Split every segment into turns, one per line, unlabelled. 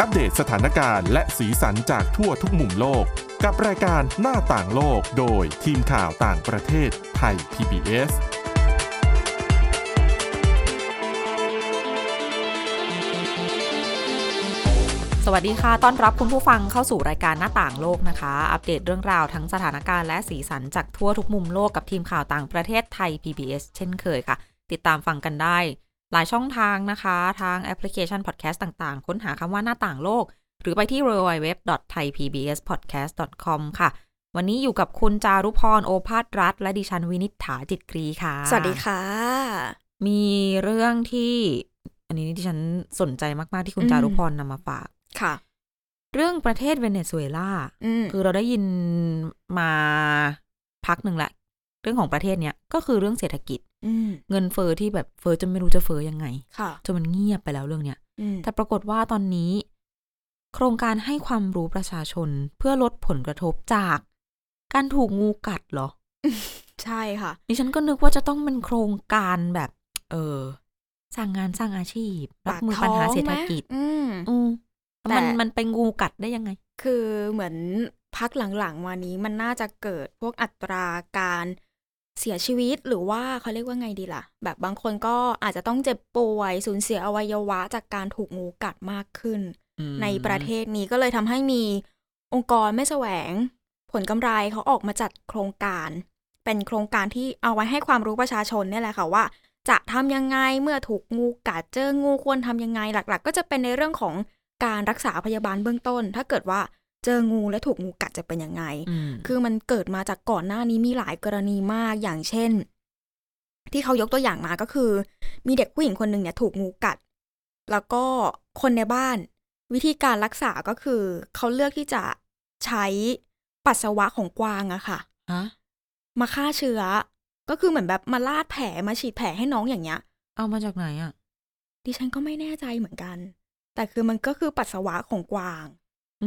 อัปเดตสถานการณ์และสีสันจากทั่วทุกมุมโลก กับรายการหน้าต่างโลกโดยทีมข่าวต่างประเทศไทย PBS
สวัสดีค่ะ ต้อนรับคุณผู้ฟังเข้าสู่รายการหน้าต่างโลกนะคะ อัปเดตเรื่องราวทั้งสถานการณ์และสีสันจากทั่วทุกมุมโลกกับทีมข่าวต่างประเทศไทย PBS เช่นเคยค่ะ ติดตามฟังกันได้ หลายช่องทางนะคะ ทางแอปพลิเคชันพอดแคสต์ต่างๆ ค้นหาคำว่าหน้าต่างโลก หรือไปที่ www.thaipbspodcast.com ค่ะ วันนี้อยู่กับคุณจารุพรโอภาสรัฐ และดิฉันวินิษฐาจิตกรีค่ะ
สวัสดีค่ะ
มีเรื่องที่ อันนี้ที่ฉันสนใจมากๆที่คุณ
อืม
จารุพรนำมาฝาก
ค่ะ
เรื่องประเทศเวเนซุเอลา
อืม
คือเราได้ยินมาพักหนึ่งละ เรื่องของประเทศเนี้ยก็คือเรื่องเศรษฐกิจ
อืม
เงินเฟอ้อที่แบบเฟอ้อจนไม่รู้จะเฟอ้อยังไง
ค่ะ
จนมันเงียบไปแล้วเรื่องเนี้ย
อืม
แต่ปรากฏว่าตอนนี้ โครงการให้ความรู้ประชาชนเพื่อลดผลกระทบจาก การถูกงูกัดเหรอ
ใช่ค่ะ
ดิฉันก็นึกว่าจะต้องเป็นโครงการแบบ เออสร้างงานสร้างอาชีพรับมือปัญหาเศรษฐกิจ
ปากท้องไหมอืม
อืม
แต่
มันมันไปงูกัดได้ยังไง
คือเหมือนพักหลังๆมานี้มันน่าจะเกิดพวกอัตราการเสียชีวิตหรือว่าเขาเรียกว่าไงดีล่ะ แบบบางคนก็อาจจะต้องเจ็บป่วยสูญเสียอวัยวะจากการถูกงูกัดมากขึ้น ในประเทศนี้ก็เลยทำให้มีองค์กรไม่แสวง ผลกำไรเขาออกมาจัดโครงการ เป็นโครงการที่เอาไว้ให้ความรู้ประชาชนเนี่ยแหละค่ะว่า จะทำยังไงเมื่อถูกงูกัดเจองูควรทำยังไงหลัก ๆ ก็จะเป็นในเรื่องของการรักษาพยาบาลเบื้องต้น ถ้าเกิดว่าเจองูและถูกงูกัดจะเป็นยังไง
อืม
คือมันเกิดมาจากก่อนหน้านี้มีหลายกรณีมากอย่างเช่น ที่เขายกตัวอย่างมาก็คือ มีเด็กผู้หญิงคนหนึ่งเนี่ยถูกงูกัด แล้วก็คนในบ้าน วิธีการรักษาก็คือ เขาเลือกที่จะใช้ปัสสาวะของกวางอะค่ะ
ฮะ
มาฆ่าเชื้อ ก็คือเหมือนแบบมาลาดแผลมาฉีดแผลให้น้องอย่างเงี้ย
เอามาจากไหนอ่ะ
ดิฉันก็ไม่แน่ใจเหมือนกัน แต่คือมันก็คือปัสสาวะของกวาง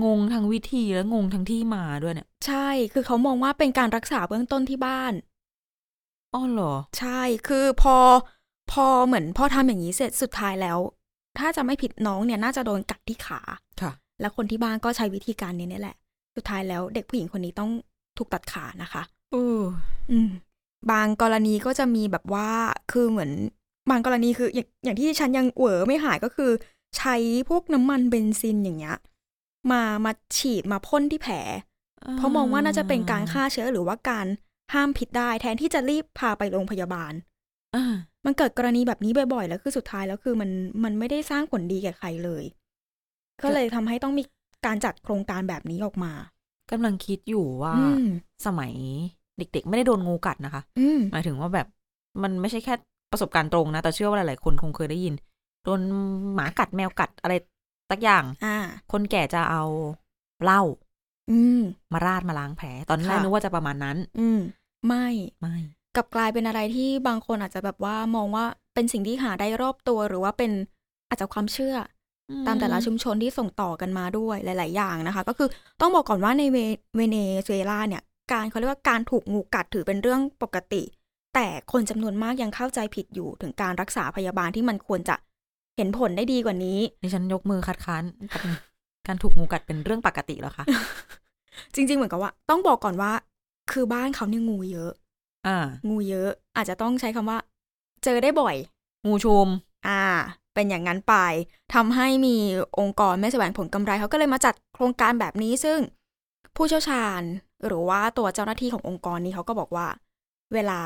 งงทั้งวิธีและงงทั้งที่มาด้วยเนี่ย
ใช่ คือเขามองว่าเป็นการรักษาเบื้องต้นที่บ้าน
อ้อเหรอ
ใช่ คือพอพอเหมือนพอทำอย่างนี้เสร็จสุดท้ายแล้ว ถ้าจะไม่ผิดน้องเนี่ยน่าจะโดนกัดที่ขา
ค่ะ
แล้วคนที่บ้านก็ใช้วิธีการนี้เนี่ยแหละ สุดท้ายแล้วเด็กผู้หญิงคนนี้ต้องถูกตัดขานะคะ
เออ
อืม บางกรณีก็จะมีแบบว่า คือเหมือน บางกรณีคืออย่างอย่างที่ฉันยังเหวอไม่หายก็คือ ใช้พวกน้ำมันเบนซินอย่างเงี้ย มามาฉีดมาพ่นที่แผล เพราะมองว่าน่าจะเป็นการฆ่าเชื้อหรือว่าการห้ามผิดได้แทนที่จะรีบพาไปโรงพยาบาล
อ่า
มันเกิดกรณีแบบนี้บ่อยๆ แล้วคือสุดท้ายแล้วคือมันมันไม่ได้สร้างผลดีแก่ใครเลย ก็เลยทำให้ต้องมีการจัดโครงการแบบนี้ออกมาก
ำลังคิดอยู่ว่า
อืม
สมัยเด็กๆ ไม่ได้โดนงูกัดนะคะ
อืม
หมายถึงว่าแบบมันไม่ใช่แค่ประสบการณ์ตรงนะ แต่เชื่อว่าหลายๆคนคงเคยได้ยิน โดนหมากัดแมวกัดอะไรสักอย่าง
อ่า
คนแก่จะเอาเหล้า
อืม
มาราดมาล้างแผล ตอนแรก
ค่ะ
นึกว่าจะประมาณนั้น
อืม ไม่
ไม่
กลับกลายเป็นอะไรที่บางคนอาจจะแบบว่ามองว่าเป็นสิ่งที่หาได้รอบตัวหรือว่าเป็นอาจจะความเชื่อ ตามแต่ละชุมชนที่ส่งต่อกันมาด้วยหลาย ๆ อย่างนะคะ ก็คือต้องบอกก่อนว่าในเวเวเนซุเอลาเนี่ย การเขาเรียกว่าการถูกงูกัดถือเป็นเรื่องปกติ แต่คนจำนวนมากยังเข้าใจผิดอยู่ถึงการรักษาพยาบาลที่มันควรจะเห็นผลได้ดีกว่านี้
ดิฉันยกมือคัดค้านแป๊บนึงการถูกงูกัดเป็นเรื่องปกติเหรอคะ
จริง ๆ เหมือนกับว่า ต้องบอกก่อนว่า คือบ้านเขาเนี่ยงูเยอะ
อ่า
งูเยอะ อาจจะต้องใช้คำว่า เจอได้บ่อย
งูชุม
อ่า เป็นอย่างนั้นไปทำให้มีองค์กรไม่แสวงผลกำไรเขาก็เลยมาจัดโครงการแบบนี้ซึ่งผู้เชี่ยวชาญหรือว่าตัวเจ้าหน้าที่ขององค์กรนี้เขาก็บอกว่า เวลา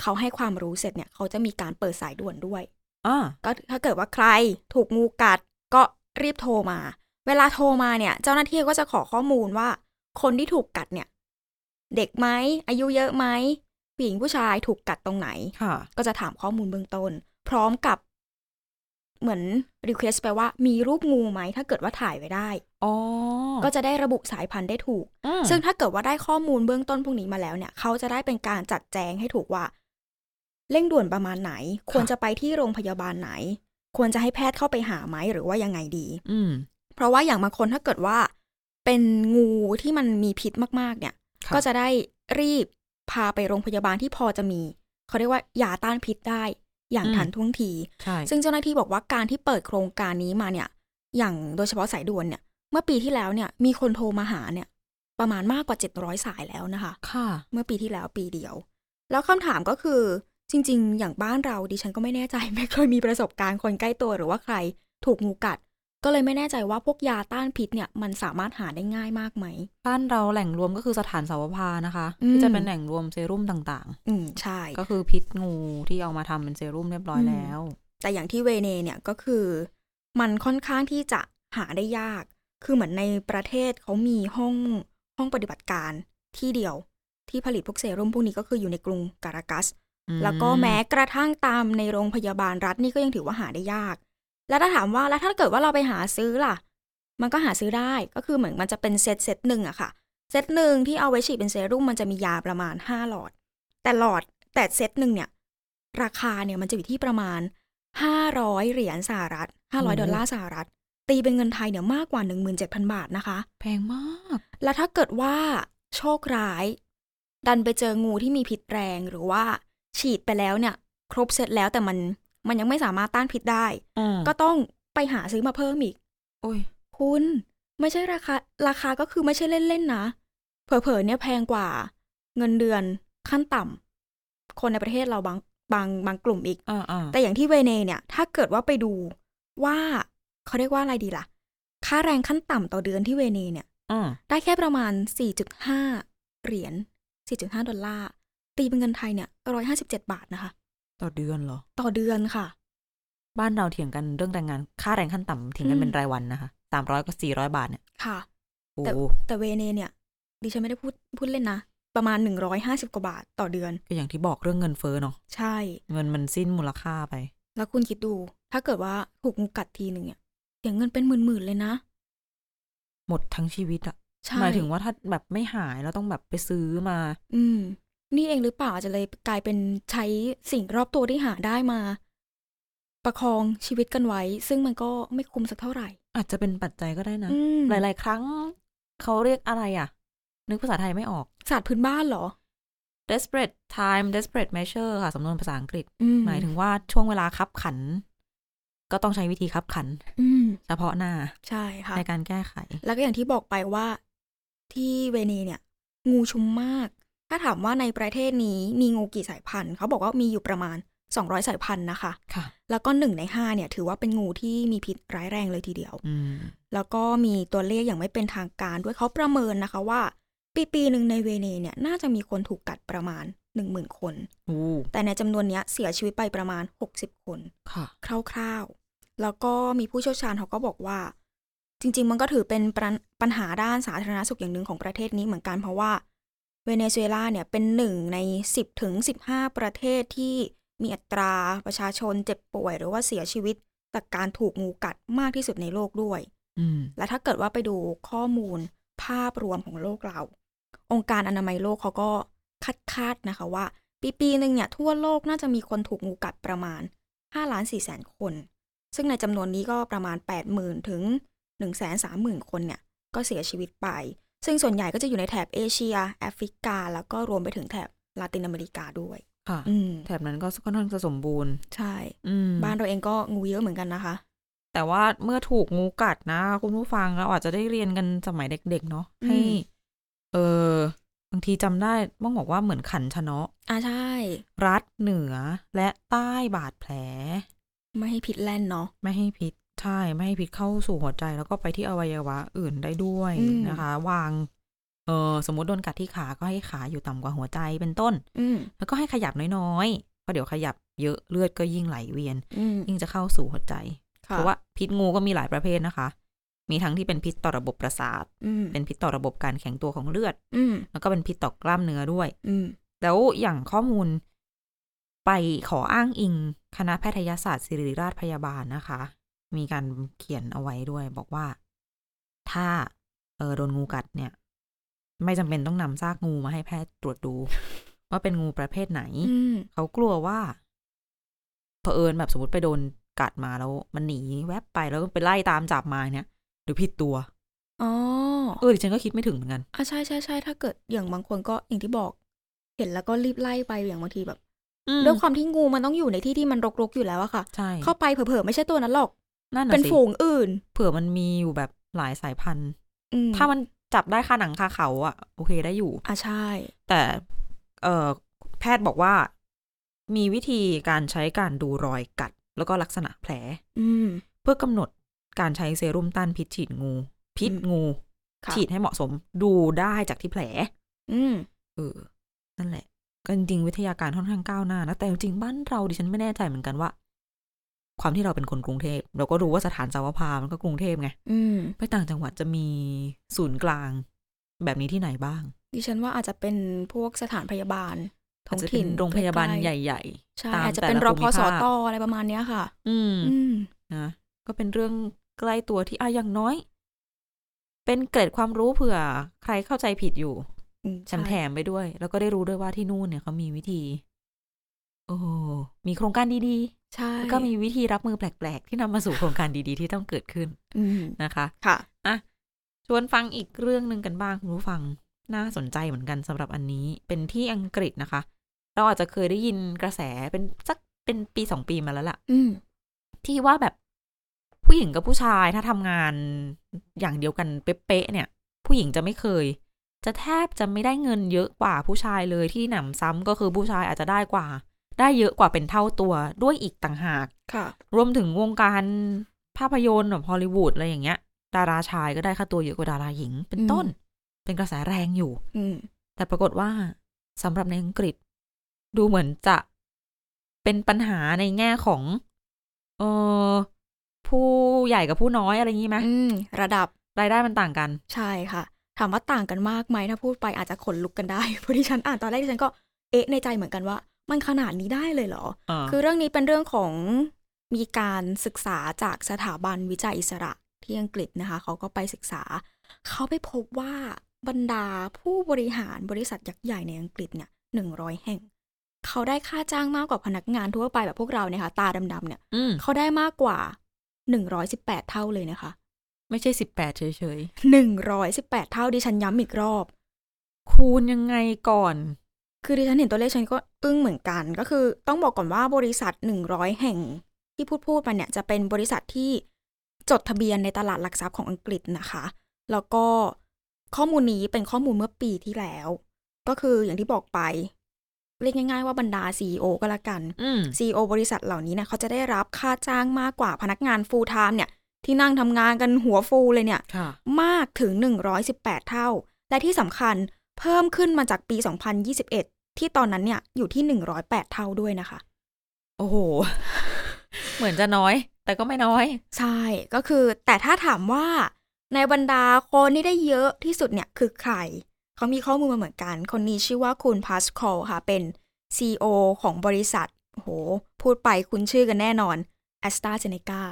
เขาให้ความรู้เสร็จเนี่ย เขาจะมีการเปิดสายด่วนด้วย
อ่า
ก็ถ้าเกิดว่าใครถูกงูกัดก็รีบโทรมา เวลาโทรมาเนี่ย เจ้าหน้าที่ก็จะขอข้อมูลว่า คนที่ถูกกัดเนี่ย เด็กไหมอายุเยอะไหมผู้หญิงผู้ชายถูกกัดตรงไหน
ค่ะ
ก็จะถามข้อมูลเบื้องต้น พร้อมกับเหมือนรีเควสไปว่ามีรูปงูไหม ถ้าเกิดว่าถ่ายไว้ได้
อ๋อ
ก็จะได้ระบุสายพันธุ์ได้ถูก
อืม
ซึ่งถ้าเกิดว่าได้ข้อมูลเบื้องต้นพวกนี้มาแล้วเนี่ย เขาจะได้เป็นการจัดแจงให้ถูกว่า เร่งด่วนประมาณไหน ควรจะไปที่โรงพยาบาลไหน ควรจะให้แพทย์เข้าไปหาไหมหรือว่ายังไงดี
อืม
เพราะว่าอย่างบางคนถ้าเกิดว่า เป็นงูที่มันมีพิษมากๆ เนี่ย
ค่ะ
ก็จะได้รีบพาไปโรงพยาบาลที่พอจะมี เขาเรียกว่ายาต้านพิษได้ อย่างทันท่วงที
ใช่
ซึ่งเจ้าหน้าที่บอกว่าการที่เปิดโครงการนี้มาเนี่ย อย่างโดยเฉพาะสายด่วนเนี่ยเมื่อปีที่แล้วเนี่ยมีคนโทรมาหาเนี่ยประมาณมากกว่า 700 สายแล้วนะคะ
ค่ะ
เมื่อปีที่แล้วปีเดียว แล้วคำถามก็คือจริง ๆ อย่างบ้านเราดิฉันก็ไม่แน่ใจ ไม่เคยมีประสบการณ์คนใกล้ตัวหรือว่าใครถูกงูกัด ก็เลยไม่แน่ใจว่าพวกยาต้านพิษเนี่ยมันสามารถหาได้ง่ายมากไหม
บ้านเราแหล่งรวมก็คือสถานสาวพานะคะ
อืม
ที่จะเป็นแหล่งรวมเซรุ่มต่าง
อืมใช่
ๆ ก็คือพิษงูที่เอามาทำเป็นเซรุ่มเรียบร้อยแล้ว
แต่อย่างที่เวเนเนี่ยก็คือ มันค่อนข้างที่จะหาได้ยาก คือเหมือนในประเทศเขามีห้องห้องปฏิบัติการที่เดียวที่ผลิตพวกเซรุ่มพวกนี้ก็คืออยู่ในกรุงการากัส
อืม
แล้วก็แม้กระทั่งตามในโรงพยาบาลรัฐนี่ก็ยังถือว่าหาได้ยาก แล้วถ้าถามว่าแล้วถ้าเกิดว่าเราไปหาซื้อล่ะ มันก็หาซื้อได้ก็คือเหมือนมันจะเป็นเซตเซตหนึ่งอะค่ะเซตหนึ่งที่เอาไว้ฉีดเป็นเซรุ่มมันจะมียาประมาณห้าหลอด แต่หลอดแต่เซตหนึ่งเนี่ย ราคาเนี่ยมันจะอยู่ที่ประมาณห้าร้อยเหรียญสหรัฐห้าร้อยดอลลาร์สหรัฐ ตีเป็นเงินไทยเนี่ยมากกว่าหนึ่งหมื่นเจ็ดพันบาทนะคะ
แพงมาก
แล้วถ้าเกิดว่าโชคร้าย ดันไปเจองูที่มีพิษแรงหรือว่าฉีดไปแล้วเนี่ย ครบเสร็จแล้วแต่มันมันยังไม่สามารถต้านพิษได้
ก็
ก็ต้องไปหาซื้อมาเพิ่มอีก
โอ้ย
คุณไม่ใช่ราคา ราคาก็คือไม่ใช่เล่น ๆ นะ เผลอๆเนี่ยแพงกว่า เงินเดือนขั้นต่ำคนในประเทศเราบางบางบางกลุ่มอีก
อ่าอ่า
แต่อย่างที่เวเนเนี่ย ถ้าเกิดว่าไปดูว่าเขาเรียกว่าอะไรดีล่ะ ค่าแรงขั้นต่ำต่อเดือนที่เวเนเนี่ย
อ่า
ได้แค่ประมาณ 4.5 เหรียญ 4.5 ดอลลาร์ ตีเป็นเงินไทยเนี่ย 157 บาทนะคะ
ต่อเดือนเหรอ
ต่อเดือนค่ะ
บ้านเราเถียงกันเรื่องแรงงาน ค่าแรงขั้นต่ำเถียงกัน
อืม
เป็นรายวันนะคะสามร้อยกับสี่ร้อยบาทเนี่ย
ค่ะ
โอ้
แต่ แต่เวเนเนี่ย ดิฉันไม่ได้พูดพูดเล่นนะ ประมาณ 150 กว่าบาทต่อเดือน
ก็อย่างที่บอกเรื่องเงินเฟ้อเนาะ
ใช่
เงินมันสิ้นมูลค่าไป
แล้วคุณคิดดู ถ้าเกิดว่าถูกงูกัดทีหนึ่งเนี่ยเสียเงินเป็นหมื่นๆเลยนะ
หมดทั้งชีวิตอะ
ใช่
หมายถึงว่าถ้าแบบไม่หายแล้วต้องแบบไปซื้อมา
อืม นี่เองหรือเปล่าอาจจะเลยกลายเป็นใช้สิ่งรอบตัวที่หาได้มา ประคองชีวิตกันไว้ ซึ่งมันก็ไม่คุ้มสักเท่าไหร่
อาจจะเป็นปัจจัยก็ได้นะ
อืม
หลาย ๆ ครั้งเขาเรียกอะไรอะนึกภาษาไทยไม่ออก
ศาสตร์พื้นบ้านเหรอ
desperate time desperate measure ค่ะ สำนวนภาษาอังกฤษ
อื
หมายถึงว่าช่วงเวลาคับขัน ก็ต้องใช้วิธีคับขัน
อืม
เฉพาะหน้า
ใช่ค่ะ
ในการแก้ไข
แล้วก็อย่างที่บอกไปว่าที่เวเนเนี่ย งูชุมมาก ถ้าถามว่าในประเทศนี้มีงูกี่สายพันธุ์เขาบอกว่ามีอยู่ประมาณ 200 สายพันธุ์นะคะ
ค่ะ
แล้วก็หนึ่งในห้าเนี่ย ถือว่าเป็นงูที่มีพิษร้ายแรงเลยทีเดียว
อืม
แล้วก็มีตัวเลขอย่างไม่เป็นทางการด้วยเขาประเมินนะคะว่า ปีปีๆหนึ่งในเวเนเนี่ย น่าจะมีคนถูกกัดประมาณ 10,000 คน
อู้
แต่ในจำนวนเนี้ยเสียชีวิตไปประมาณ 60 คน
ค่ะ
คร่าวๆ แล้วก็มีผู้เชี่ยวชาญเขาก็บอกว่า จริง ๆ มันก็ถือเป็นปัญปัญหาด้านสาธารณสุขอย่างหนึ่งของประเทศนี้เหมือนกันเพราะว่าเวเนซุเอลาเนี่ยเป็นหนึ่งใน 10ถึง15 ประเทศที่มีอัตราประชาชนเจ็บป่วย หรือว่าเสียชีวิตจากการถูกงูกัดมากที่สุดในโลกด้วย
อืม
และถ้าเกิดว่าไปดูข้อมูลภาพรวมของโลกเรา องค์การอนามัยโลกเขาก็คัดคาดนะคะว่า ปีปีหนึ่งเนี่ยทั่วโลกน่าจะมีคนถูกงูกัดประมาณ5ล้าน4แสนคน ซึ่งในจำนวนนี้ก็ประมาณ 80,000 ถึง 1 3 0 0 0 0 คนเนี่ย ก็เสียชีวิตไป ซึ่งส่วนใหญ่ก็จะอยู่ในแถบเอเชีย แอฟริกา แล้วก็รวมไปถึงแถบลาตินอเมริกาด้วย
ค่ะ
อืม
แถบนั้นก็ค่อนข้างจะสมบูรณ์
ใช่
อืม
บ้านเราเองก็งูเยอะเหมือนกันนะคะ
แต่ว่าเมื่อถูกงูกัดนะ คุณผู้ฟังเราอาจจะได้เรียนกันสมัยเด็ก ๆ เนาะ
อืม
ให้ เออบางทีจำได้บ้องบอกว่าเหมือนขันชะเนาะ
อ่าใช่
รัดเหนือและใต้บาดแผล
ไม่ให้ผิดแล่นเนาะ
ไม่ให้พิษใช่ไม่ให้พิษเข้าสู่หัวใจ แล้วก็ไปที่อวัยวะอื่นได้ด้วย
อืม
นะคะ วางเออสมมติโดนกัดที่ขาก็ให้ขาอยู่ต่ำกว่าหัวใจเป็นต้น
อืม
แล้วก็ให้ขยับน้อยๆเพราะเดี๋ยวขยับเยอะเลือดก็ยิ่งไหลเวียน
อืม
ยิ่งจะเข้าสู่หัวใจ
ค่
เพราะว่าพิษงูก็มีหลายประเภทนะคะ มีทั้งที่เป็นพิษต่อระบบประสาท
อืม
เป็นพิษต่อระบบการแข็งตัวของเลือด
อืม
แล้วก็เป็นพิษต่อกล้ามเนื้อด้วย
อืม
แล้วอย่างข้อมูลไปขออ้างอิงคณะแพทยศาสตร์ศิริราชพยาบาลนะคะ มีการเขียนเอาไว้ด้วย บอกว่า ถ้าเออโดนงูกัดเนี่ย ไม่จำเป็นต้องนำซากงูมาให้แพทย์ตรวจ ดู ว่าเป็นงูประเภทไหน
อืม
เขากลัวว่าเผอิญแบบสมมติไปโดนกัดมาแล้วมันหนีแวบไปแล้วก็ไปไล่ตามจับมาเนี่ยหรือผิดตัว
อ๋อ
เออดิฉันก็คิดไม่ถึงเหมือนกัน
อ่ะใช่ใช่ใช่ถ้าเกิดอย่างบางคนก็อย่างที่บอก เห็นแล้วก็รีบไล่ไปอย่างบางทีแบบ
อืม
ด้วยความที่งูมันต้องอยู่ในที่ที่มันรกๆอยู่แล้วอะค่ะ
ใช่
เข้าไปเผลอๆไม่ใช่ตัวนั้นหรอก
นั่นน่ะ
เป็น
สิ
ฝูงอื่น
เผื่อมันมีอยู่แบบหลายสายพันธุ์
อืม
ถ้ามันจับได้คาหนังคาเขาอะโอเคได้อยู่
อ่ะใช่
แต่เออแพทย์บอกว่า มีวิธีการใช้การดูรอยกัด แล้วก็ลักษณะแผล
อืม
เพื่อกำหนดการใช้เซรุ่มต้านพิษฉีดงู พิษ
อืม
งู
ค่ะ
ฉีดให้เหมาะสมดูได้จากที่แผล
อืม
เออ นั่นแหละ ก็จริงๆวิทยาการค่อนข้างก้าวหน้านะ แต่จริงๆบ้านเราดิฉันไม่แน่ใจเหมือนกันว่า ความที่เราเป็นคนกรุงเทพ เราก็รู้ว่าสถานสาวพามันก็กรุงเทพไง
อืม
ไปต่างจังหวัดจะมีศูนย์กลาง แบบนี้ที่ไหนบ้าง
ดิฉันว่าอาจจะเป็นพวกสถานพยาบาลท้
อาจ
อง
จะเป็
ถิ่
น
น
โรงพยาบาล
ใกล้ๆ
ใหญ่
ใช่
ตาม
อาจจะ
แต่
เป็น
ละ
ร
ภู
พ
มิ
ส
ภาค
ตอะไรประมาณเนี้ยค่ะ
ๆ อืม
อืม
นะก็เป็นเรื่องใกล้ตัวที่อ่ะอย่างน้อย เป็นเกร็ดความรู้เผื่อ ใครเข้าใจผิดอยู่
อืม
ฉัน
ใช่
แถมไปด้วย แล้วก็ได้รู้ด้วยว่าที่นู่นเนี่ยเขามีวิธี โอ้มีโครงการดี
ใช่
ๆแล้วก็มีวิธีรับมือแปลก ๆ ที่นำมาสู่โครงการดีๆ ที่ต้องเกิดขึ้น
อืม
นะคะ
ค่ะ
ชวนฟังอีกเรื่องหนึ่งกันบ้างคุณผู้ฟังน่าสนใจเหมือนกันสำหรับอันนี้ เป็นที่อังกฤษนะคะ เราอาจจะเคยได้ยินกระแสเป็นสักเป็นปีสองปีมาแล้วล่ะ
อืม
ที่ว่าแบบผู้หญิงกับผู้ชายถ้าทำงานอย่างเดียวกันเป๊ะๆเนี่ย ผู้หญิงจะไม่เคย จะแทบจะไม่ได้เงินเยอะกว่าผู้ชายเลยที่หนำซ้ำก็คือผู้ชายอาจจะได้กว่า ได้เยอะกว่าเป็นเท่าตัวด้วยอีกต่างหาก
ค่ะ
รวมถึงวงการภาพยนตร์แบบฮอลลีวูดอะไรอย่างเงี้ย ดาราชายก็ได้ค่าตัวเยอะกว่าดาราหญิง เป็นต้น เป็นกระแสแรงอยู่
อืม
แต่ปรากฏว่าสำหรับในอังกฤษ ดูเหมือนจะเป็นปัญหาในแง่ของ เออผู้ใหญ่กับผู้น้อยอะไรอย่างนี้ไหม
อืม ระดับ
รายได้มันต่างกัน
ใช่ค่ะ ถามว่าต่างกันมากไหมถ้าพูดไปอาจจะขนลุกกันได้ เพราะที่ฉันอ่านตอนแรกดิฉันก็เอ๊ะในใจเหมือนกันว่า มันขนาดนี้ได้เลยเหรอ
เออ
คือเรื่องนี้เป็นเรื่องของมีการศึกษาจากสถาบันวิจัยอิสระที่อังกฤษนะคะ เขาก็ไปศึกษา เขาไปพบว่าบรรดาผู้บริหารบริษัทยักษ์ใหญ่ในอังกฤษเนี่ยหนึ่งร้อยแห่ง เขาได้ค่าจ้างมากกว่าพนักงานทั่วไปแบบพวกเราเนี่ยค่ะตาดำๆเนี่ย
อืม
เขาได้มากกว่าหนึ่งร้อยสิบแปดเท่าเลยนะคะ
ไม่ใช่สิบแปดเฉย
หนึ่งร้อยสิบแปดเท่าดิฉันย้ำอีกรอบ
ๆ คูณยังไงก่อน
คือดิฉันเห็นตัวเลขฉันก็อึ้งเหมือนกันก็คือต้องบอกก่อนว่าบริษัท 100 แห่งที่พูดพูดมาเนี่ยจะเป็นบริษัทที่จดทะเบียนในตลาดหลักทรัพย์ของอังกฤษนะคะ แล้วก็ข้อมูลนี้เป็นข้อมูลเมื่อปีที่แล้ว ก็คืออย่างที่บอกไป เรียกง่าย ๆ ว่าบรรดา CEO ก็แล้วกัน
อืม
CEO บริษัทเหล่านี้เนี่ยเขาจะได้รับค่าจ้างมากกว่าพนักงาน full time เนี่ยที่นั่งทำงานกันหัวฟูเลยเนี่ย
ค่ะ
มากถึง 118 เท่า และที่สำคัญเพิ่มขึ้นมาจากปี 2021 ที่ตอนนั้นเนี่ยอยู่ที่ 108 เท่าด้วยนะคะ
โอ้โห เหมือนจะน้อย แต่ก็ไม่น้อย
ใช่ ก็คือแต่ถ้าถามว่าในบรรดาคนที่ได้เยอะที่สุดเนี่ยคือใคร เขามีข้อมูลมาเหมือนกัน คนนี้ชื่อว่าคุณพาสคอลค่ะ เป็น CEO ของบริษัทโอ้โห พูดไปคุณชื่อกันแน่นอน a s t r a z e ซ e c a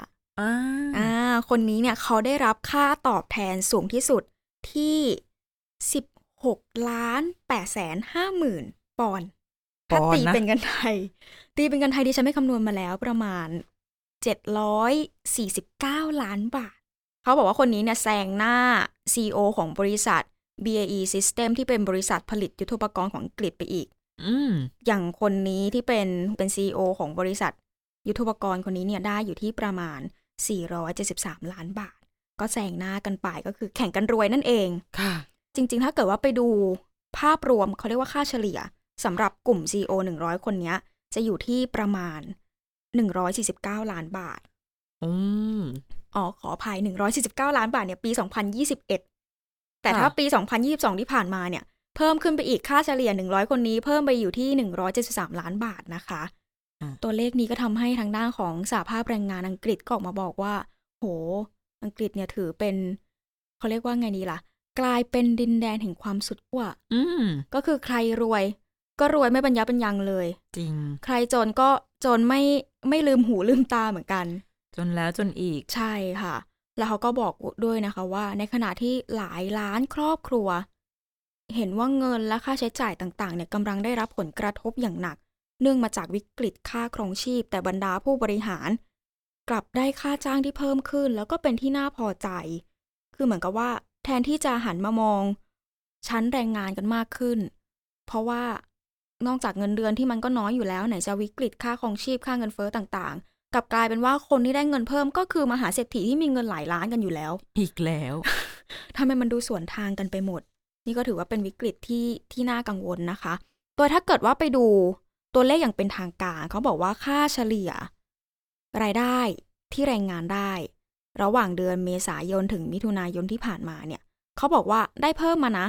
อ่า
อ่า คนนี้เนี่ยเขาได้รับค่าตอบแทนสูงที่สุดที่ 16 ล้าน8แสน5หมื่นปอนด์ถ้าตีเป็นเงินไทย ตีเป็นเงินไทยดิฉันไม่คำนวณมาแล้วประมาณ 749 ล้านบาท เขาบอกว่าคนนี้เนี่ยแซงหน้า CEO ของบริษัท BAE System ที่เป็นบริษัทผลิตยุทโธปกรณ์ของอังกฤษไปอีก
อืม
อย่างคนนี้ที่เป็นเป็น CEO ของบริษัท ยุทธุปกรณ์คนนี้เนี่ยได้อยู่ที่ประมาณ 473 ล้านบาท ก็แซงหน้ากันไปก็คือแข่งกันรวยนั่นเอง
ค่ะ
จริง ๆ ถ้าเกิดว่าไปดูภาพรวมเขาเรียกว่าค่าเฉลี่ยสำหรับกลุ่ม CEO 100 คนเนี้ย จะอยู่ที่ประมาณ 149 ล้านบาท
อืม
อ๋อขออภัย 149 ล้านบาทเนี่ยปี 2021 แต่
ค่ะ
ถ้าปี 2022 ที่ผ่านมาเนี่ย เพิ่มขึ้นไปอีกค่าเฉลี่ย 100 คนนี้ เพิ่มไปอยู่ที่ 173 ล้านบาทนะคะ ตัวเลขนี้ก็ทำให้ทางด้านของสหภาพแรงงานอังกฤษก็ออกมาบอกว่า โห อังกฤษเนี่ยถือเป็น เขาเรียกว่าไงดีล่ะ กลายเป็นดินแดนแห่งความสุดขั้ว
อืม
ก็คือใครรวย ก็รวยไม่บรรยะบรรยังเลย
จริง
ใครจนก็จนไม่ไม่ลืมหูลืมตาเหมือนกัน
จนแล้วจนอีก
ใช่ค่ะ แล้วเขาก็บอกด้วยนะคะว่า ในขณะที่หลายล้านครอบครัว เห็นว่าเงินและค่าใช้จ่ายต่างๆเนี่ยกำลังได้รับผลกระทบอย่างหนัก เนื่องมาจากวิกฤตค่าครองชีพ แต่บรรดาผู้บริหาร กลับได้ค่าจ้างที่เพิ่มขึ้น แล้วก็เป็นที่น่าพอใจ คือเหมือนกับว่า แทนที่จะหันมามอง ชั้นแรงงานกันมากขึ้น เพราะว่านอกจากเงินเดือนที่มันก็น้อยอยู่แล้วไหนจะวิกฤตค่าครองชีพค่าเงินเฟ้อต่างๆ กลับกลายเป็นว่าคนที่ได้เงินเพิ่มก็คือมหาเศรษฐีที่มีเงินหลายล้านกันอยู่แล้ว
อีกแล้ว
ทำไมมันดูสวนทางกันไปหมด นี่ก็ถือว่าเป็นวิกฤตที่ที่น่ากังวลนะคะโดยถ้าเกิดว่าไปดูตัวเลขอย่างเป็นทางการ เขาบอกว่าค่าเฉลี่ย รายได้ที่แรงงานได้ ระหว่างเดือนเมษายนถึงมิถุนายนที่ผ่านมาเนี่ย เขาบอกว่าได้เพิ่มมานะ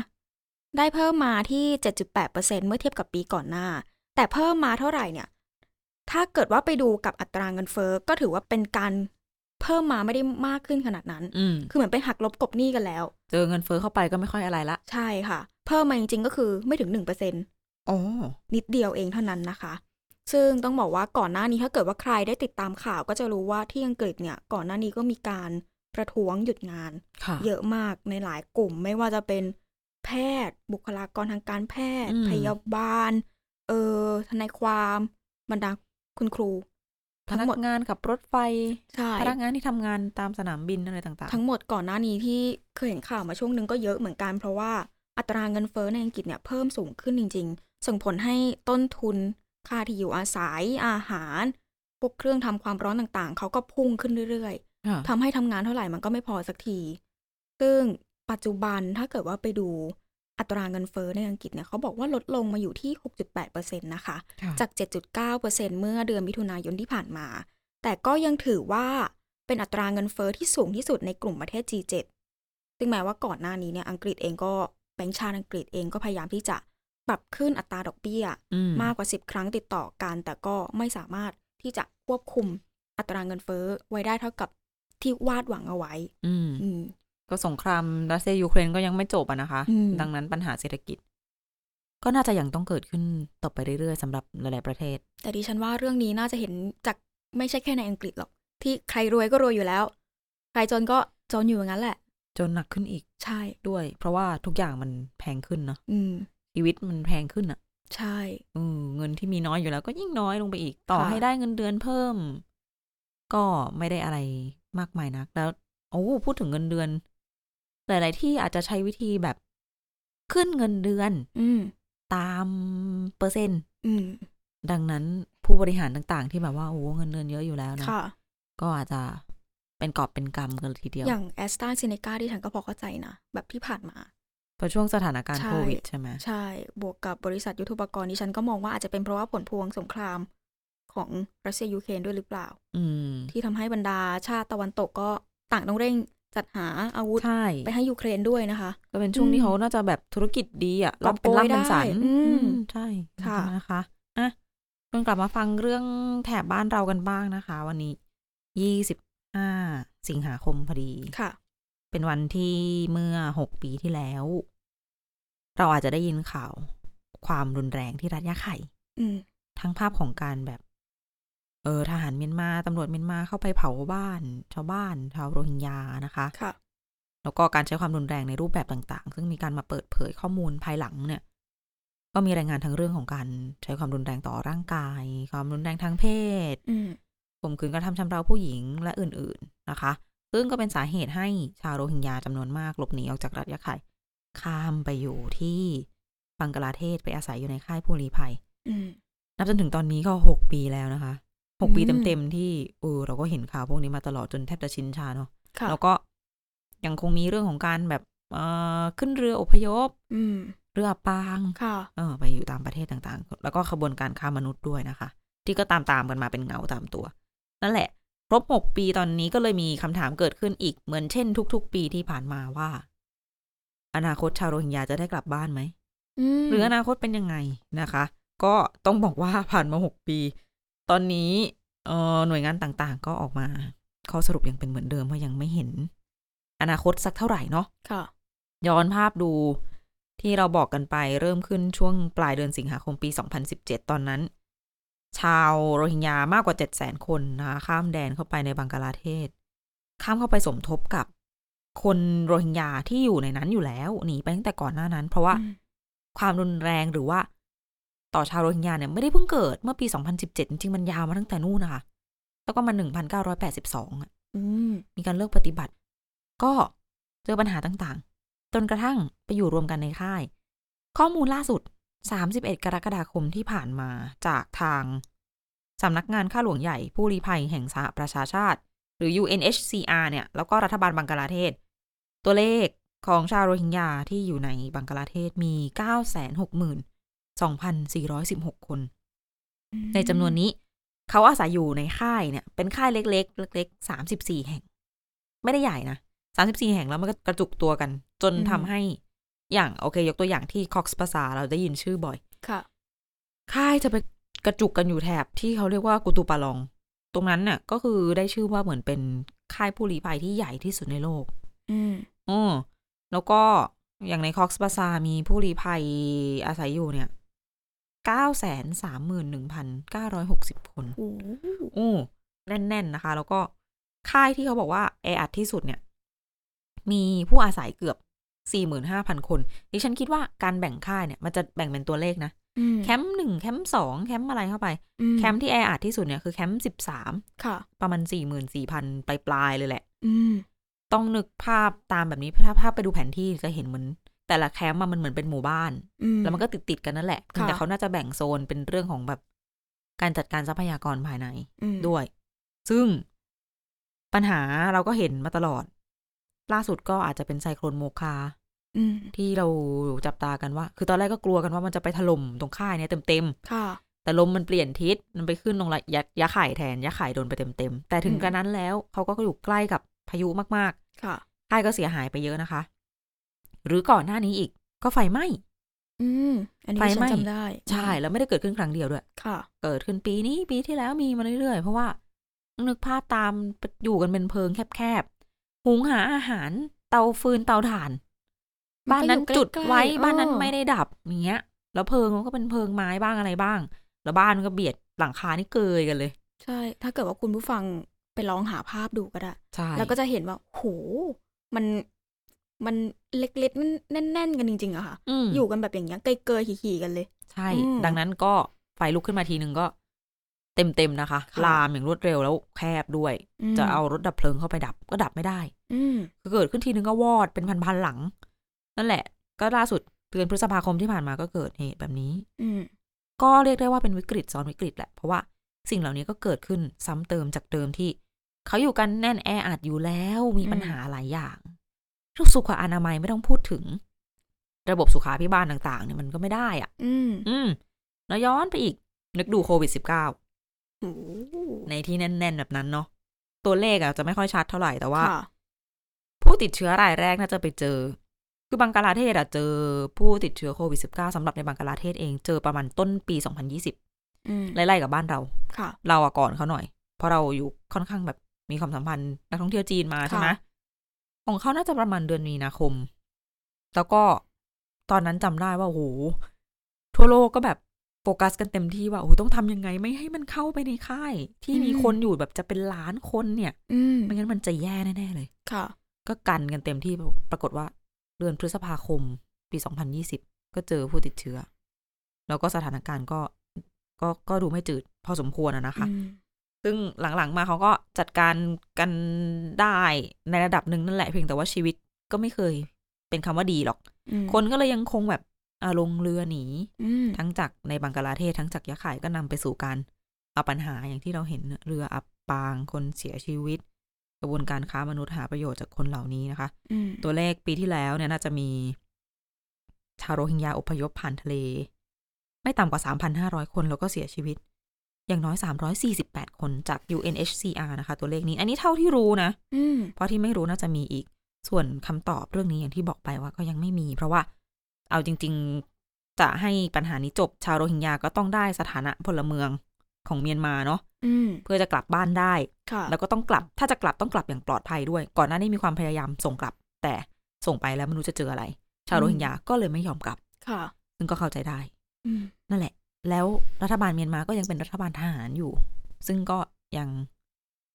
ได้เพิ่มมาที่ 7.8%เมื่อเทียบกับปีก่อนหน้า แต่เพิ่มมาเท่าไหร่เนี่ย ถ้าเกิดว่าไปดูกับอัตราเงินเฟ้อก็ถือว่าเป็นการเพิ่มมาไม่ได้มากขึ้นขนาดนั้น
อืม
คือเหมือนไปหักลบกบหนี้กันแล้ว
เจอเงินเฟ้อเข้าไปก็ไม่ค่อยอะไรละ
ใช่ค่ะ เพิ่มมาจริงๆก็คือไม่ถึง 1%
อ๋อ
นิดเดียวเองเท่านั้นนะคะ ซึ่งต้องบอกว่าก่อนหน้านี้ถ้าเกิดว่าใครได้ติดตามข่าวก็จะรู้ว่าที่อังกฤษเนี่ย ก่อนหน้านี้ก็มีการประท้วงหยุดงาน
ค่ะ
เยอะมากในหลายกลุ่ม ไม่ว่าจะเป็นแพทย์ บุคลากรทางการแพทย์
อืม
พยาบาล เออทนายความบรรดาคุณครู
พ
ทั้ง
นัก
หมด
งานขับรถไฟ
ใช่
พนักงานที่ทำงานตามสนามบินอะไรต่าง
ทั้งหมดก่อนหน้านี้ที่เคยเห็นข่าวมาช่วงหนึ่งก็เยอะเหมือนกันเพราะว่าอัตราเงินเฟ้อในอังกฤษเนี่ยเพิ่มสูงขึ้นจริง ๆ ส่งผลให้ต้นทุน ค่าที่อยู่อาศัยอาหารพวกเครื่องทำความร้อนต่างๆ เขาก็พุ่งขึ้นเรื่อย ๆ
ๆค่ะ
ทำให้ทำงานเท่าไหร่มันก็ไม่พอสักที ซึ่งปัจจุบันถ้าเกิดว่าไปดูอัตราเงินเฟ้อในอังกฤษเนี่ยเขาบอกว่าลดลงมาอยู่ที่ 6.8%นะคะ
ค่ะ
จาก 7.9%เมื่อเดือนมิถุนายนที่ผ่านมา แต่ก็ยังถือว่าเป็นอัตราเงินเฟ้อที่สูงที่สุดในกลุ่มประเทศ G7 ซึ่งแม้ว่าก่อนหน้านี้เนี่ยอังกฤษเองก็แบงก์ชาติอังกฤษเองก็พยายามที่จะปรับขึ้นอัตราดอกเบี้ย
อืม
มากกว่า 10 ครั้งติดต่อกัน แต่ก็ไม่สามารถที่จะควบคุมอัตราเงินเฟ้อไว้ได้เท่ากับที่วาดหวังเอาไว้
อืม
อืม
ก็สงครามรัสเซียยูเครนก็ยังไม่จบอะนะคะ
อืม
ดังนั้นปัญหาเศรษฐกิจ ก็น่าจะยังต้องเกิดขึ้นต่อไปเรื่อยๆสำหรับหลายๆประเทศ
แต่ดิฉันว่าเรื่องนี้น่าจะเห็นจากไม่ใช่แค่ในอังกฤษหรอก ที่ใครรวยก็รวยอยู่แล้ว ใครจนก็จนอยู่อย่างนั้นแหละ
จนหนักขึ้นอีก
ใช่
ด้วย เพราะว่าทุกอย่างมันแพงขึ้นเนาะ
อืม
ชีวิตมันแพงขึ้นอะ
ใช่
เออเงินที่มีน้อยอยู่แล้วก็ยิ่งน้อยลงไปอีก ต่อ
ค่ะ
ให้ได้เงินเดือนเพิ่ม ก็ไม่ได้อะไรมากมายนัก แล้วโอ้พูดถึงเงินเดือน หลาย ๆ ที่อาจจะใช้วิธีแบบขึ้นเงินเดือน
อืม
ตามเปอร์เซ็นต์
อืม
ดังนั้นผู้บริหารต่างๆ ที่แบบว่าโอ้โหเงินเดือนเยอะอยู่แล้วนะ
ค่ะ
ก็อาจจะเป็นกอบเป็นกรรมกันเลยทีเดียว
อย่างแอสตราเซเนกาที่ฉันก็พอเข้าใจนะ แบบที่ผ่านมา
เพราะช่วงสถานการณ์
ใช่
โควิดใช่ไหม
ใช่ บวกกับบริษัทยุทโธปกรณ์ดิฉันก็มองว่าอาจจะเป็นเพราะว่าผลพวงสงครามของรัสเซียยูเครนด้วยหรือเปล่า
อืม
ที่ทำให้บรรดาชาติตะวันตกก็ต่างต้องเร่งจัดหาอาวุธ
ใช่
ไปให้ยูเครนด้วยนะคะ
ก็เป็นช่วง
อืม
ที่เขาน่าจะแบบธุรกิจดีอะ
ก
รั
อ
บบ เป็น
โกย
ร่ำเป็นสัน
ได้อืม
อืมใช่
ค่ะ
นะคะอ่ะจนกลับมาฟังเรื่องแถบบ้านเรากันบ้างนะคะ วันนี้ยี่สิบห้าสิงหาคมพอดี
ค่ะ
เป็นวันที่เมื่อหกปีที่แล้ว เราอาจจะได้ยินข่าวความรุนแรงที่รัฐยะไข่
อืม
ทั้งภาพของการแบบ เออทหารเมียนมา ตำรวจเมียนมาเข้าไปเผาบ้าน ชาวบ้าน ชาวโรฮิงญานะคะ
ค่ะ
แล้วก็การใช้ความรุนแรงในรูปแบบต่าง ๆ ซึ่งมีการมาเปิดเผยข้อมูลภายหลังเนี่ย ก็มีรายงานทั้งเรื่องของการใช้ความรุนแรงต่อร่างกาย ความรุนแรงทางเพศ
อืม
ข่มขืนกระทำชำเราผู้หญิงและอื่น ๆนะคะ ซึ่งก็เป็นสาเหตุให้ชาวโรฮิงญาจำนวนมากหลบหนีออกจากรัฐยะไข่ข้ามไปอยู่ที่บังกลาเทศไปอาศัยอยู่ในค่ายผู้ลี้ภัย
อืม
นับจนถึงตอนนี้ก็หกปีแล้วนะคะหกปี
อืม
เต็มๆที่เออเราก็เห็นข่าวพวกนี้มาตลอดจนแทบจะชินชาเนาะ
ค่ะ
แล้วก็ยังคงมีเรื่องของการแบบเอ่อขึ้นเรืออพยพ
อืม
เรืออับปาง
ค่ะ
เออไปอยู่ตามประเทศต่างๆ แล้วก็ขบวนการค้ามนุษย์ด้วยนะคะ ที่ก็ตามตามๆกันมาเป็นเงาตามตัว นั่นแหละ ครบหกปีตอนนี้ก็เลยมีคำถามเกิดขึ้นอีกเหมือนเช่น ทุก ๆ ปีที่ผ่านมาว่า อนาคตชาวโรฮิงญาจะได้กลับบ้านไหม
อืม
หรืออนาคตเป็นยังไงนะคะ ก็ต้องบอกว่าผ่านมาหกปี ตอนนี้เอ่อหน่วยงานต่างๆ ก็ออกมาข้อสรุปยังเป็นเหมือนเดิมเพราะยังไม่เห็น อนาคตสักเท่าไหร่เนาะ
ค่ะ
ย้อนภาพดูที่เราบอกกันไปเริ่มขึ้นช่วงปลายเดือนสิงหาคมปี 2017 ตอนนั้น ชาวโรฮิงญามากกว่า 7 0 0 0 0 คนนะคะข้ามแดนเข้าไปในบังกลาเทศ ข้ามเข้าไปสมทบกับคนโรฮิงญาที่อยู่ในนั้นอยู่แล้วหนีไปตั้งแต่ก่อนหน้านั้นเพราะว่า
อืม
ความรุนแรงหรือว่า ต่อชาวโรฮิงญาเนี่ยไม่ได้เพิ่งเกิดเมื่อปี 2017 จริงๆ มันยาวมาตั้งแต่นู่นนะคะ แล้วก็มา 1982อะ
อืม
มีการเลิกปฏิบัติ ก็เจอปัญหาต่างๆ จนกระทั่งไปอยู่รวมกันในค่าย ข้อมูลล่าสุด 31 กรกฎาคมที่ผ่านมาจากทาง สำนักงานข้าหลวงใหญ่ผู้ลี้ภัยแห่งสหประชาชาติ หรือ UNHCR เนี่ย แล้วก็รัฐบาลบังกลาเทศ ตัวเลขของชาวโรฮิงญาที่อยู่ในบังกลาเทศมี 962,416 คน ในจำนวนนี้เขาอาศัยอยู่ในค่ายเนี่ย เป็นค่ายเล็กๆ เล็กๆสามสิบสี่แห่ง ไม่ได้ใหญ่นะสามสิบสี่แห่งแล้วมันก็กระจุกตัวกัน จน
อืม
ทำให้อย่างโอเค ยกตัวอย่างที่คอกส์ภาษาเราได้ยินชื่อบ่อย
ค่ะ
ค่ายจะไปกระจุกกันอยู่แถบที่เขาเรียกว่ากุตูปาลอง ตรงนั้นน่ะก็คือได้ชื่อว่าเหมือนเป็นค่ายผู้ลี้ภัยที่ใหญ่ที่สุดในโลก
อืม
อืมแล้วก็อย่างในคอกส์บาซามีผู้ลี้ภัยอาศัยอยู่เนี่ยเก้าแสนสามหมื่นหนึ่งพันเก้าร้อยหกสิบคน
โอ้โห
อู้แน่น ๆ นะคะ แล้วก็ค่ายที่เขาบอกว่าแออัดที่สุดเนี่ย มีผู้อาศัยเกือบ 45,000 คน ดิฉันคิดว่าการแบ่งค่ายเนี่ย มันจะแบ่งเป็นตัวเลขนะ
อืม
แคมป์หนึ่งแคมป์สองแคมป์อะไรเข้าไป
อื
แคมป์ที่แออัดที่สุดเนี่ยคือแคมป์สิบสาม
ค่ะ
ประมาณสี่หมื่นสี่พันปลาย ๆ เลยแหละ
อืม
ต้องนึกภาพตามแบบนี้ถ้าภาพไปดูแผนที่จะเห็นเหมือน แต่ละแคมป์อะมันเหมือนเป็นหมู่บ้าน
อืม
แล้วมันก็ติดติดๆกันนั่นแหละเพียง
ค่ะ
แต่เขาน่าจะแบ่งโซนเป็นเรื่องของแบบการจัดการทรัพยากรภายใน
อืม
ด้วย ซึ่งปัญหาเราก็เห็นมาตลอด ล่าสุดก็อาจจะเป็นไซโคลนโมคา
อืม
ที่เราจับตากันว่า คือตอนแรกก็กลัวกันว่ามันจะไปถล่มตรงค่ายเนี่ยเต็ม
ค่ะ
ๆ แต่ลมมันเปลี่ยนทิศ มันไปขึ้นตรงระยะยะไข่แทนยะไข่โดนไปเต็มๆ แต่ถึงกระนั้นแล้วเขาก็อยู่ใกล้กับพายุมาก
ค่ะ
ๆ ค่ายก็เสียหายไปเยอะนะคะ หรือก่อนหน้านี้อีกก็ไฟไหม้
อืม อันนี้
ไฟ
ดิฉั
ไหม้
นจำได้
ใช่แล้วไม่ได้เกิดขึ้นครั้งเดียวด้วย
ค่ะ
เกิดขึ้นปีนี้ปีที่แล้วมีมาเรื่อยๆ เพราะว่านึกภาพตามอยู่กันเป็นเพิงแคบๆ หุงหาอาหาร เตาฟืนเตาถ่าน บ้านนั้นจุดไว้บ้านนั้นไม่ได้ดับอย่างเงี้ย แล้วเพิงมันก็เป็นเพิงไม้บ้างอะไรบ้าง แล้วบ้านก็เบียดหลังคานี่เกยกันเลย
ใช่ ถ้าเกิดว่าคุณผู้ฟังไปลองหาภาพดูก็ได้
ใช่
แล้วก็จะเห็นว่า โห มัน มันเล็กๆ แน่นๆ กันจริงๆอะค่ะ
อืม
อยู่กันแบบอย่างเงี้ยเกยๆ ขี่ๆ กันเลย
ใช่
อืม
ดังนั้นก็ไฟลุกขึ้นมาทีนึงก็เต็มๆนะคะ
ค่ะ
ลามอย่างรวดเร็วแล้วแคบด้วย
ม
จะเอารถดับเพลิงเข้าไปดับก็ดับไม่ได้
อืม
เกิดขึ้นทีนึงก็วอดเป็นพันๆหลัง นั่นแหละ ก็ล่าสุดเดือนพฤษภาคมที่ผ่านมาก็เกิดเหตุแบบนี้
อืม
ก็เรียกได้ว่าเป็นวิกฤตซ้อนวิกฤตแหละ เพราะว่าสิ่งเหล่านี้ก็เกิดขึ้นซ้ำเติมจากเดิมที่ เขาอยู่กันแน่นแออัดอยู่แล้วมีปัญหาหลายอย่างเรื่องสุขอนามัยไม่ต้องพูดถึง ระบบสุขาพิบาลต่างๆเนี่ยมันก็ไม่ได้อ่ะ
อืม
อืมแล้วย้อนไปอีก นึกดูโควิด -19
โอ้
ในที่แน่น ๆ แบบนั้นเนาะตัวเลขอาจจะไม่ค่อยชัดเท่าไหร่แต่ว่า
ค่ะ
ผู้ติดเชื้อรายแรกน่าจะไปเจอ คือบังกลาเทศอะเจอผู้ติดเชื้อโควิด -19 สำหรับในบังกลาเทศเองเจอประมาณต้นปี 2020
อืม
ไล่ๆกับบ้านเรา
ค่ะ
เราอะก่อนเขาหน่อย เพราะเราอยู่ค่อนข้างแบบมีความสัมพันธ์นักท่องเที่ยวจีนมาใช่ไหม
ค่ะ
ของเขาน่าจะประมาณเดือนมีนาคม แล้วก็ตอนนั้นจำได้ว่าโอ้โหทั่วโลกก็แบบโฟกัสกันเต็มที่ว่าโอ้โหต้องทำยังไงไม่ให้มันเข้าไปในค่าย ที่มีคนอยู่แบบจะเป็นล้านคนเนี่ย
อืม
ไม่งั้นมันจะแย่แน่ๆเลย
ค่ะ
ก็กันกันเต็มที่ปรากฏว่า เดือนพฤษภาคม ปี 2020 ก็เจอผู้ติดเชื้อ แล้วก็สถานการณ์ก็ก็ก็ดูไม่จืดพอสมควรอะนะคะ
อืม
ซึ่งหลังๆมาเขาก็จัดการกันได้ในระดับหนึ่งนั่นแหละเพียงแต่ว่าชีวิตก็ไม่เคยเป็นคำว่าดีหรอก
อืม
คนก็เลยยังคงแบบอาลงเรือหนี
อืม
ทั้งจากในบังกลาเทศทั้งจากยะไข่ก็นำไปสู่การเอาปัญหาอย่างที่เราเห็นเนี่ยเรืออับปางคนเสียชีวิต กระบวนการค้ามนุษย์หาประโยชน์จากคนเหล่านี้นะคะ
อืม
ตัวเลขปีที่แล้วเนี่ยน่าจะมี ชาวโรฮิงญาอพยพผ่านทะเล ไม่ต่ำกว่า 3,500 คนแล้วก็เสียชีวิต อย่างน้อย 348 คนจาก UNHCR นะคะ ตัวเลขนี้ อันนี้เท่าที่รู้นะ
อืม
เพราะที่ไม่รู้น่าจะมีอีก ส่วนคำตอบเรื่องนี้อย่างที่บอกไปว่าก็ยังไม่มี เพราะว่าเอาจริง ๆ จะให้ปัญหานี้จบชาวโรฮิงญาก็ต้องได้สถานะพลเมืองของเมียนมาเนาะ
อืม
เพื่อจะกลับบ้านได้
ค่ะ
แล้วก็ต้องกลับ ถ้าจะกลับต้องกลับอย่างปลอดภัยด้วย ก่อนหน้านี้มีความพยายามส่งกลับ แต่ส่งไปแล้วไม่รู้จะเจออะไร ชาวโรฮิงญาก็เลยไม่ยอมกลับ
ค่ะ
ซึ่งก็เข้าใจได้
อืม
นั่นแหละ แล้วรัฐบาลเมียนมาก็ยังเป็นรัฐบาลทหารอยู่ ซึ่งก็ยัง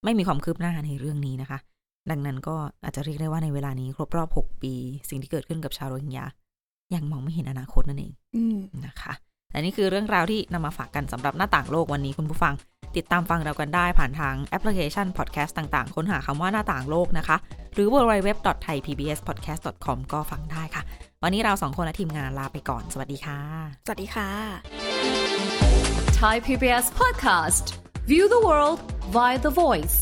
ไม่มีความคืบหน้าในเรื่องนี้นะคะ ดังนั้นก็อาจจะเรียกได้ว่าในเวลานี้ครบรอบ 6 ปี สิ่งที่เกิดขึ้นกับชาวโรฮิงญา ยังมองไม่เห็นอนาคตนั่นเอง
อืม
นะคะและนี่คือเรื่องราวที่นำมาฝากกันสำหรับหน้าต่างโลกวันนี้คุณผู้ฟัง ติดตามฟังเรากันได้ผ่านทางแอปพลิเคชันพอดแคสต์ต่างๆ ค้นหาคำว่าหน้าต่างโลกนะคะ หรือ www.thaipbspodcast.com ก็ฟังได้ค่ะ วันนี้เราสองคนและทีมงานลาไปก่อน สวัสดีค่ะ
สวัสดีค่ะ
Thai PBS podcast. View the world via the voice.